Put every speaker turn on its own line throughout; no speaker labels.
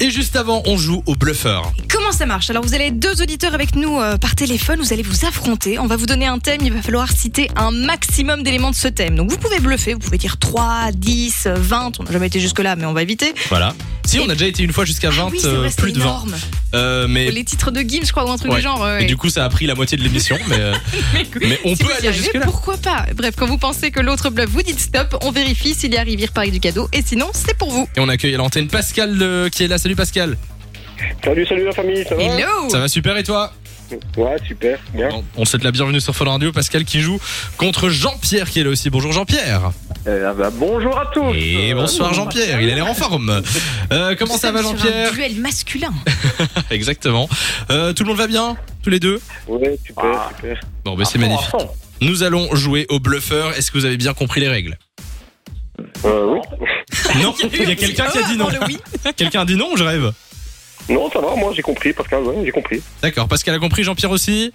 Et juste avant, on joue au bluffeur.
Comment ça marche Alors vous allez être deux auditeurs avec nous euh, par téléphone, vous allez vous affronter, on va vous donner un thème, il va falloir citer un maximum d'éléments de ce thème. Donc vous pouvez bluffer, vous pouvez dire 3, 10, 20, on n'a jamais été jusque-là mais on va éviter.
Voilà. Si, on a déjà été une fois jusqu'à 20,
ah oui, c'est
euh,
vrai, c'est
plus de 20.
énorme.
Euh, mais
Les titres de Gims je crois ou un truc
Ouais.
du genre. euh,
et
ouais.
du coup, ça a pris la moitié de l'émission. mais, euh, mais on peut
Si vous y
aller
arrivez,
jusque-là.
Pourquoi pas Bref, quand vous pensez que l'autre bluffe, vous dites stop, on vérifie s'il y arrive, il repart du cadeau, et sinon, c'est pour vous.
Et on accueille à l'antenne Pascal euh, qui est là. Salut Pascal.
Salut, salut la famille, ça va
Hello
Ça va super et toi
Ouais, super, bien.
On- On te souhaite la bienvenue sur Fun Radio. Pascal qui joue contre Jean-Pierre qui est là aussi. Bonjour Jean-Pierre.
Euh, bah, bonjour à tous
Et bonsoir Jean-Pierre. Il a l'air en forme. Euh, comment ça va
Sur un
Jean-Pierre
duel masculin.
Exactement. Euh, tout le monde va bien Tous les deux
Ouais, super, super.
Bon,
Ah,
bah, c'est magnifique. Nous allons jouer au bluffeur. Est-ce que vous avez bien compris les règles
Euh, oui.
Non, il y a quelqu'un qui a dit non.
Avant le oui.
Quelqu'un a dit non, je rêve.
Non, ça va, moi j'ai compris, Pascal, ouais, j'ai compris.
D'accord, Pascal a compris, Jean-Pierre aussi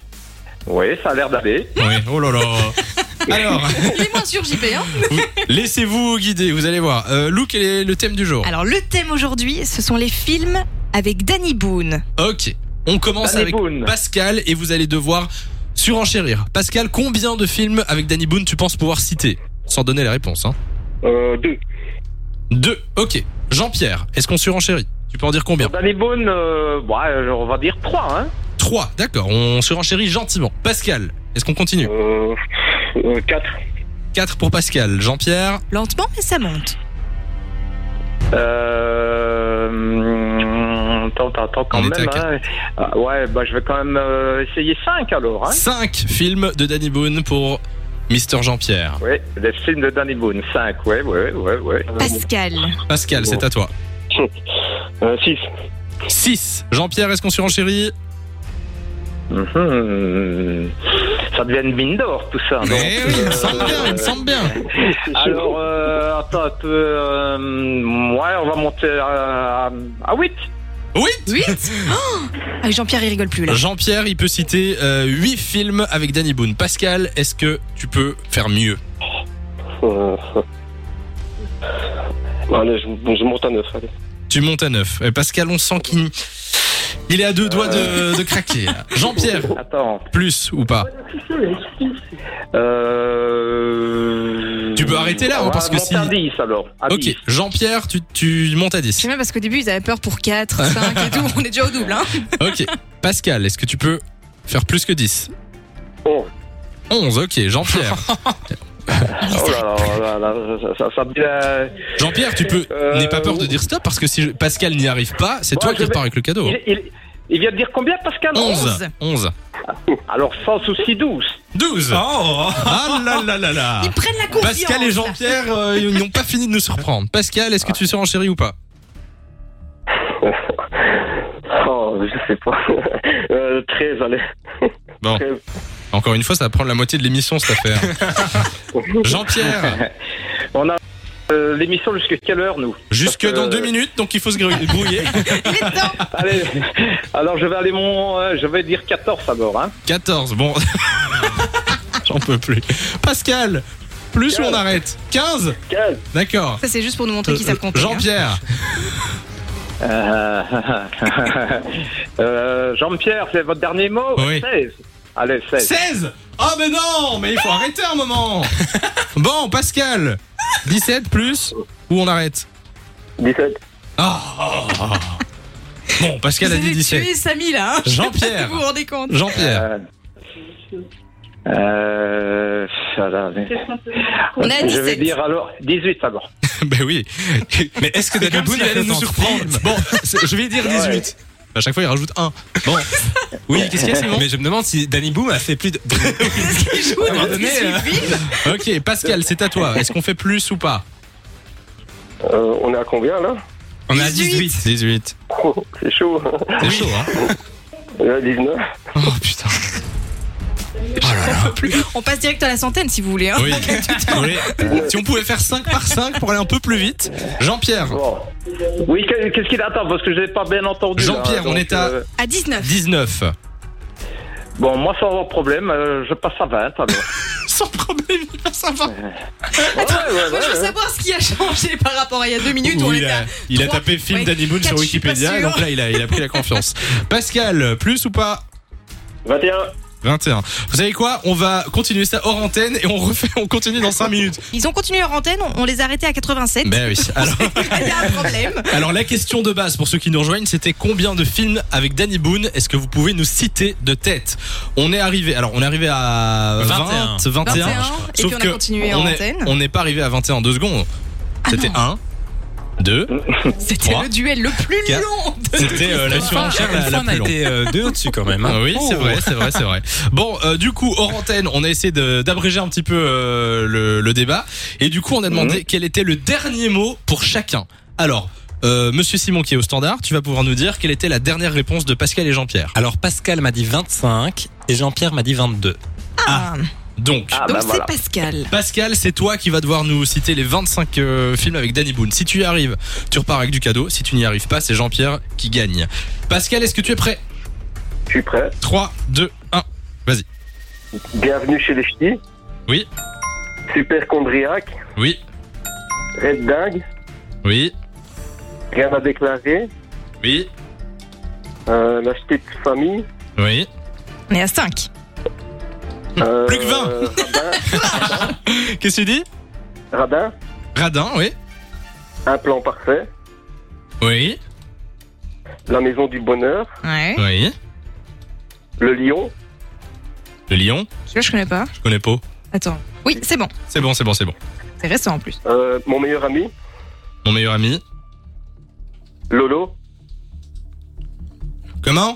Ouais, ça a l'air d'aller.
Oui, oh là là. Alors,
Il est moins sûr, JP. Hein
vous- laissez-vous guider, vous allez voir. Euh, Lou, quel est le thème du jour
Alors, le thème aujourd'hui, ce sont les films avec Danny Boone.
Ok, on commence
Danny
avec
Boone.
Pascal et vous allez devoir surenchérir. Pascal, combien de films avec Danny Boone tu penses pouvoir citer Sans donner la réponse. Hein.
Euh, deux.
Deux, ok. Jean-Pierre, est-ce qu'on surenchérit Tu peux en dire combien
Danny Boone, euh, ouais, on va dire 3. Hein.
Trois, d'accord, on surenchérit gentiment. Pascal, est-ce qu'on continue
Euh, euh, quatre.
Quatre pour Pascal. Jean-Pierre,
Lentement, mais ça monte.
Euh, hum, attends, attends, attends, quand
On était
même.
à
hein. Ah, ouais, bah, je vais quand même euh, essayer 5 alors. Hein.
cinq films de Danny Boone pour Mister Jean-Pierre.
Ouais, les films de Danny Boone, 5, ouais, ouais, ouais, ouais.
Pascal.
Pascal, c'est à toi.
Euh, six.
6. Jean-Pierre, est-ce qu'on surenchérit
Mhm. Ça devient une mine d'or tout ça. non
Eh oui, il me semble bien, il me semble bien.
alors, euh, attends, un peu, euh, ouais, on va monter à, à 8.
Oui
8 Ah, Jean-Pierre, il rigole plus là.
Jean-Pierre, il peut citer 8 films avec Danny Boone. Pascal, est-ce que tu peux faire mieux
Euh, bon, allez, je, je monte à neuf, allez.
Tu montes à 9. Pascal, on sent qu'il il est à deux doigts
Euh.
de, de craquer. là. Jean-Pierre,
Attends.
plus ou pas
Euh...
Tu peux arrêter là, hein,
ouais,
parce que
monter
si-
à 10 alors. à
Ok,
10.
Jean-Pierre, tu, tu montes à
Je
10.
sais même parce qu'au début, ils avaient peur pour 4, 5 et tout. On est déjà au double. Hein
Ok, Pascal, est-ce que tu peux faire plus que 10
Onze.
11, ok, Jean-Pierre.
Oh là là, oh là, là, ça, ça, ça me dit, euh,
Jean-Pierre, tu peux.
Euh,
N'aie pas peur de
oui.
dire stop parce que si je- Pascal n'y arrive pas, c'est
Bon,
toi
je
qui
vais-
repars avec le cadeau.
il, il- il vient de dire combien, Pascal
11 11
Alors, sans souci, 12.
12 Ah là là là là
Ils prennent la confiance.
Pascal et Jean-Pierre, euh, ils n'ont pas fini de nous surprendre. Pascal, est-ce que tu seras chéri ou pas
Oh, je sais pas. Euh, 13, allez.
Encore une fois, ça va prendre la moitié de l'émission cette affaire. Jean-Pierre,
On a euh, l'émission jusqu'à quelle heure, nous
jusque dans deux minutes, donc il faut se grou- brouiller.
Il est dedans.
Allez, alors je vais aller mon. euh, je vais dire 14 alors. Hein.
14, bon. J'en peux plus. Pascal, plus ou on arrête 15
15.
D'accord.
Ça, c'est juste pour nous montrer qui ça
hein
compte.
Jean-Pierre,
Euh, euh, Jean-Pierre, c'est votre dernier mot
Oui.
16. Allez, 16.
16 Oh mais non Mais il faut arrêter un moment Bon, Pascal 17 plus Ou on arrête
17.
Ah. Bon, Pascal a dit 17.
tué Samy là. Hein Je sais pas
Jean-Pierre.
si Vous vous rendez compte
Jean-Pierre,
Euh, euh, voilà.
On a
Je vais
17.
dire alors 18 alors.
ben oui. Mais est-ce que Danny Boone allait nous surprendre Bon, c'est- je vais dire 18. À chaque fois, il rajoute 1. Bon. Oui, qu'est-ce qu'il y a, Simon Mais je me demande si Danny Boone a fait plus de.
Qu'est-ce qu'il joue dans ce
donné, euh,
film
ok, Pascal, c'est à toi. Est-ce qu'on fait plus ou pas
Euh, on est à combien, là
On est
à 18.
18.
C'est chaud.
C'est chaud, hein
Euh, 19.
Oh putain.
On passe direct à la centaine si vous voulez. Hein.
Oh Oui. Oui. Si on pouvait faire 5 par 5 pour aller un peu plus vite. Jean-Pierre,
Bon.
Oui, que- qu'est-ce qu'il attend Parce que je n'ai pas bien entendu. là,
Jean-Pierre,
donc,
on est à-
euh,
À 19.
19.
bon, moi, sans problème, euh, je passe à 20 alors.
Sans problème, il passe
savoir.
Ouais, ouais,
Moi, je
ouais,
veux
ouais.
savoir ce qui a changé par rapport à il y a deux minutes où on
Oui, il
était.
a,
à
il a
trois.
tapé film
Ouais,
d'Annie Boone
quatre,
sur
je suis pas
Wikipédia,
sûre.
donc là il a, il a pris la confiance. Pascal, plus ou pas
21.
21. Vous savez quoi On va continuer ça hors antenne et on refait, on continue dans 5 minutes.
Ils ont continué leur antenne, on- on les a arrêtés à 87.
Ben oui. Alors,
Il y a un problème.
alors la question de base pour ceux qui nous rejoignent, c'était combien de films avec Danny Boone Est-ce que vous pouvez nous citer de tête On est arrivé. Alors on est arrivé à
21.
20, 21.
21, et
sauf
puis on a
que
continué en
on est-
antenne. Ah
On n'est pas arrivé à 21 en deux secondes. C'était 1 2
C'était
Trois.
le duel le plus
Quatre.
long. de-
C'était euh, la surenchère la, la
on a
plus longue.
été euh, deux au-dessus quand même. hein.
Ah Oui, c'est
Oh.
vrai, c'est vrai, c'est vrai. Bon, euh, du coup, hors antenne, on a essayé de- d'abréger un petit peu euh, le, le débat. Et du coup, on a demandé quel était le dernier mot pour chacun. Alors, euh, monsieur Simon qui est au standard, tu vas pouvoir nous dire quelle était la dernière réponse de Pascal et Jean-Pierre.
Alors Pascal m'a dit 25 et Jean-Pierre m'a dit 22.
Ah,
Donc,
Ah,
ben,
donc
bah
c'est
voilà.
Pascal.
Pascal, c'est toi qui vas devoir nous citer les 25 euh, films avec Danny Boone. Si tu y arrives, tu repars avec du cadeau. Si tu n'y arrives pas, c'est Jean-Pierre qui gagne. Pascal, est-ce que tu es prêt
Je suis prêt.
3, 2, 1.
Bienvenue chez les ch'tis.
Oui.
Super Chondriac.
Oui,
Red Dingue.
oui,
Rien à déclarer.
oui,
Euh, la ch'ti de famille.
oui.
On est à 5.
Euh,
Plus que 20.
euh,
Qu'est-ce que tu dis
Radin. Radin.
Radin, oui.
Un plan parfait.
Oui,
La maison du bonheur.
Ouais.
oui.
Le lion.
Le lion,
Celui-là, je connais pas.
je connais pas.
Attends. Oui, c'est bon.
C'est bon, c'est bon, c'est bon.
C'est récent en plus.
Euh, mon meilleur ami.
Mon meilleur ami.
Lolo.
Comment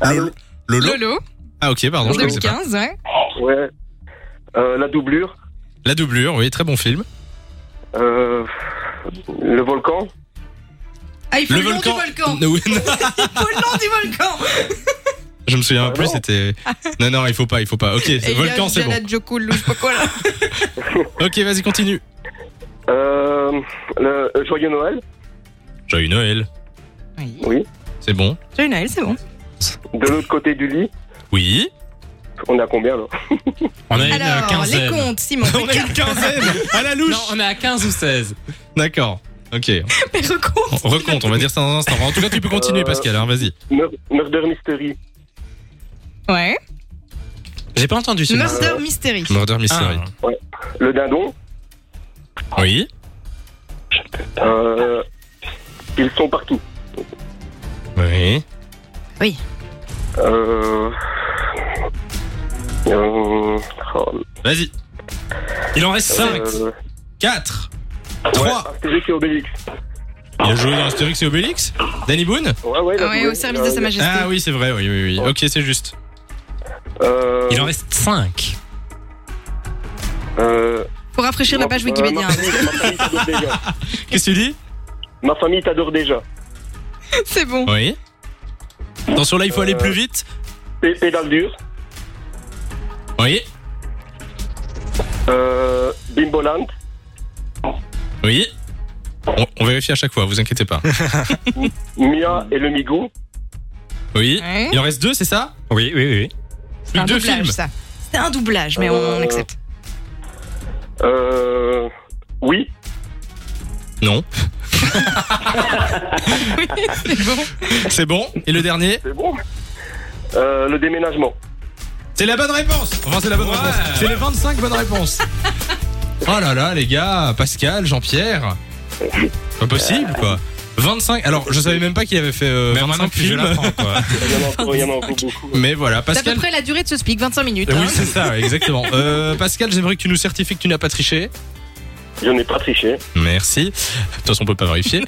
Allô.
Lolo.
Lolo,
Ah ok, pardon, je connaissais pas.
2015, ouais.
Ouais. Euh, la doublure.
La doublure, oui, très bon film.
Euh, le volcan.
Ah, il faut le, nom du volcan.
Oui, non,
Il faut le nom du volcan.
je me souviens
Ah,
plus,
non.
c'était... Non, non, il faut pas, il faut pas. Ok, c'est-
Et
volcan, c'est bon.
Janet Jokul, ou je sais pas quoi là.
Ok, vas-y, continue.
Euh, le euh, joyeux Noël.
Joyeux Noël.
Oui.
Oui.
C'est bon.
Joyeux Noël, c'est bon.
De l'autre côté du lit.
Oui.
On a combien là
On a une euh,
Alors, les
quinzaine.
comptes, Simon.
On a une quinzaine à la louche.
Non, on est à 15 ou 16.
D'accord. Ok,
Mais
on
recompte.
recompte, on va dire ça dans un instant. En tout cas, tu peux continuer, Pascal, hein, vas-y.
Mur- Murder Mystery.
Ouais.
J'ai pas entendu celui-là.
Murder Mystery.
Murder Mystery.
Ah.
Le dindon.
Oui.
Euh, ils sont partout.
Oui.
Euh, euh, oh,
Vas-y.
Il en reste 5.
euh,
4.
ouais,
3.
Astérix et Obélix.
Il a joué dans Astérix et Obélix Danny Boone
Ouais,
Ah
ouais, la
ouais,
doublure.
au service de Sa Majesté.
Ah oui, c'est vrai, oui, oui, oui. Ok, c'est juste.
Euh,
Il en reste 5.
euh,
Faut rafraîchir la page
euh,
Wikipédia. hein.
ma famille- ma famille t'adore déjà.
Qu'est-ce que tu dis
Ma famille t'adore déjà.
C'est bon.
Oui. Attention là, il faut aller
Euh.
plus vite.
P- Pédale dure.
Oui.
Euh, Bimboland.
Oui. On, on vérifie à chaque fois, vous inquiétez pas.
Mia et le Migou.
Oui.
Ouais.
Il en reste deux, c'est ça
Oui, oui, oui.
C'est un
Plus deux
doublage,
films. Oh.
ça. C'était un doublage, mais on, on accepte.
Euh, oui.
Non.
Oui, c'est bon.
C'est bon. Et le dernier
C'est bon. Euh, le déménagement.
C'est la bonne réponse Enfin, c'est la bonne
Ouais.
réponse. C'est les 25 bonnes réponses. oh là là, les gars, Pascal, Jean-Pierre. Pas possible, quoi. 25. Alors, je savais même pas qu'il avait fait euh,
Mais
25
maintenant que je
films.
l'apprends, quoi.
Il y en a encore, il y en a encore beaucoup.
Mais voilà,
C'est à peu
Pascal. Euh,
près la durée de ce speak, 25 minutes.
Oui,
hein.
c'est ça, exactement. Euh, Pascal, j'aimerais que tu nous certifies que tu n'as pas triché.
Je n'ai pas triché.
Merci. De toute façon, on peut pas vérifier.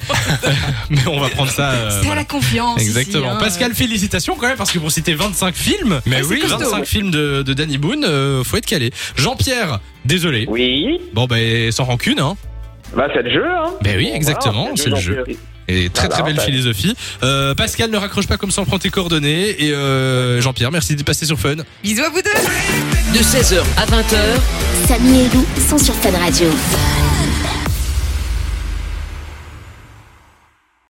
Mais on va prendre ça. euh,
C'était à
voilà.
la confiance. ici,
Exactement.
hein.
Pascal, félicitations quand même parce que pour citer 25 films,
Mais
Ah, c'est
oui.
costaud. 25 films de, de Danny Boone, euh, faut être calé. Jean-Pierre, désolé.
Oui.
Bon ben sans rancune, hein.
Bah, c'est le jeu, hein.
Ben oui, exactement,
Voilà,
c'est le jeu.
Jean-Pierre.
Et très très
Voilà,
belle
ben.
philosophie. Euh, Pascal, ne raccroche pas comme ça, on prend tes coordonnées. Et euh, Jean-Pierre, merci de passer sur Fun.
Bisous à vous deux.
De 16h à 20h,
Samy et Lou sont sur Fun Radio.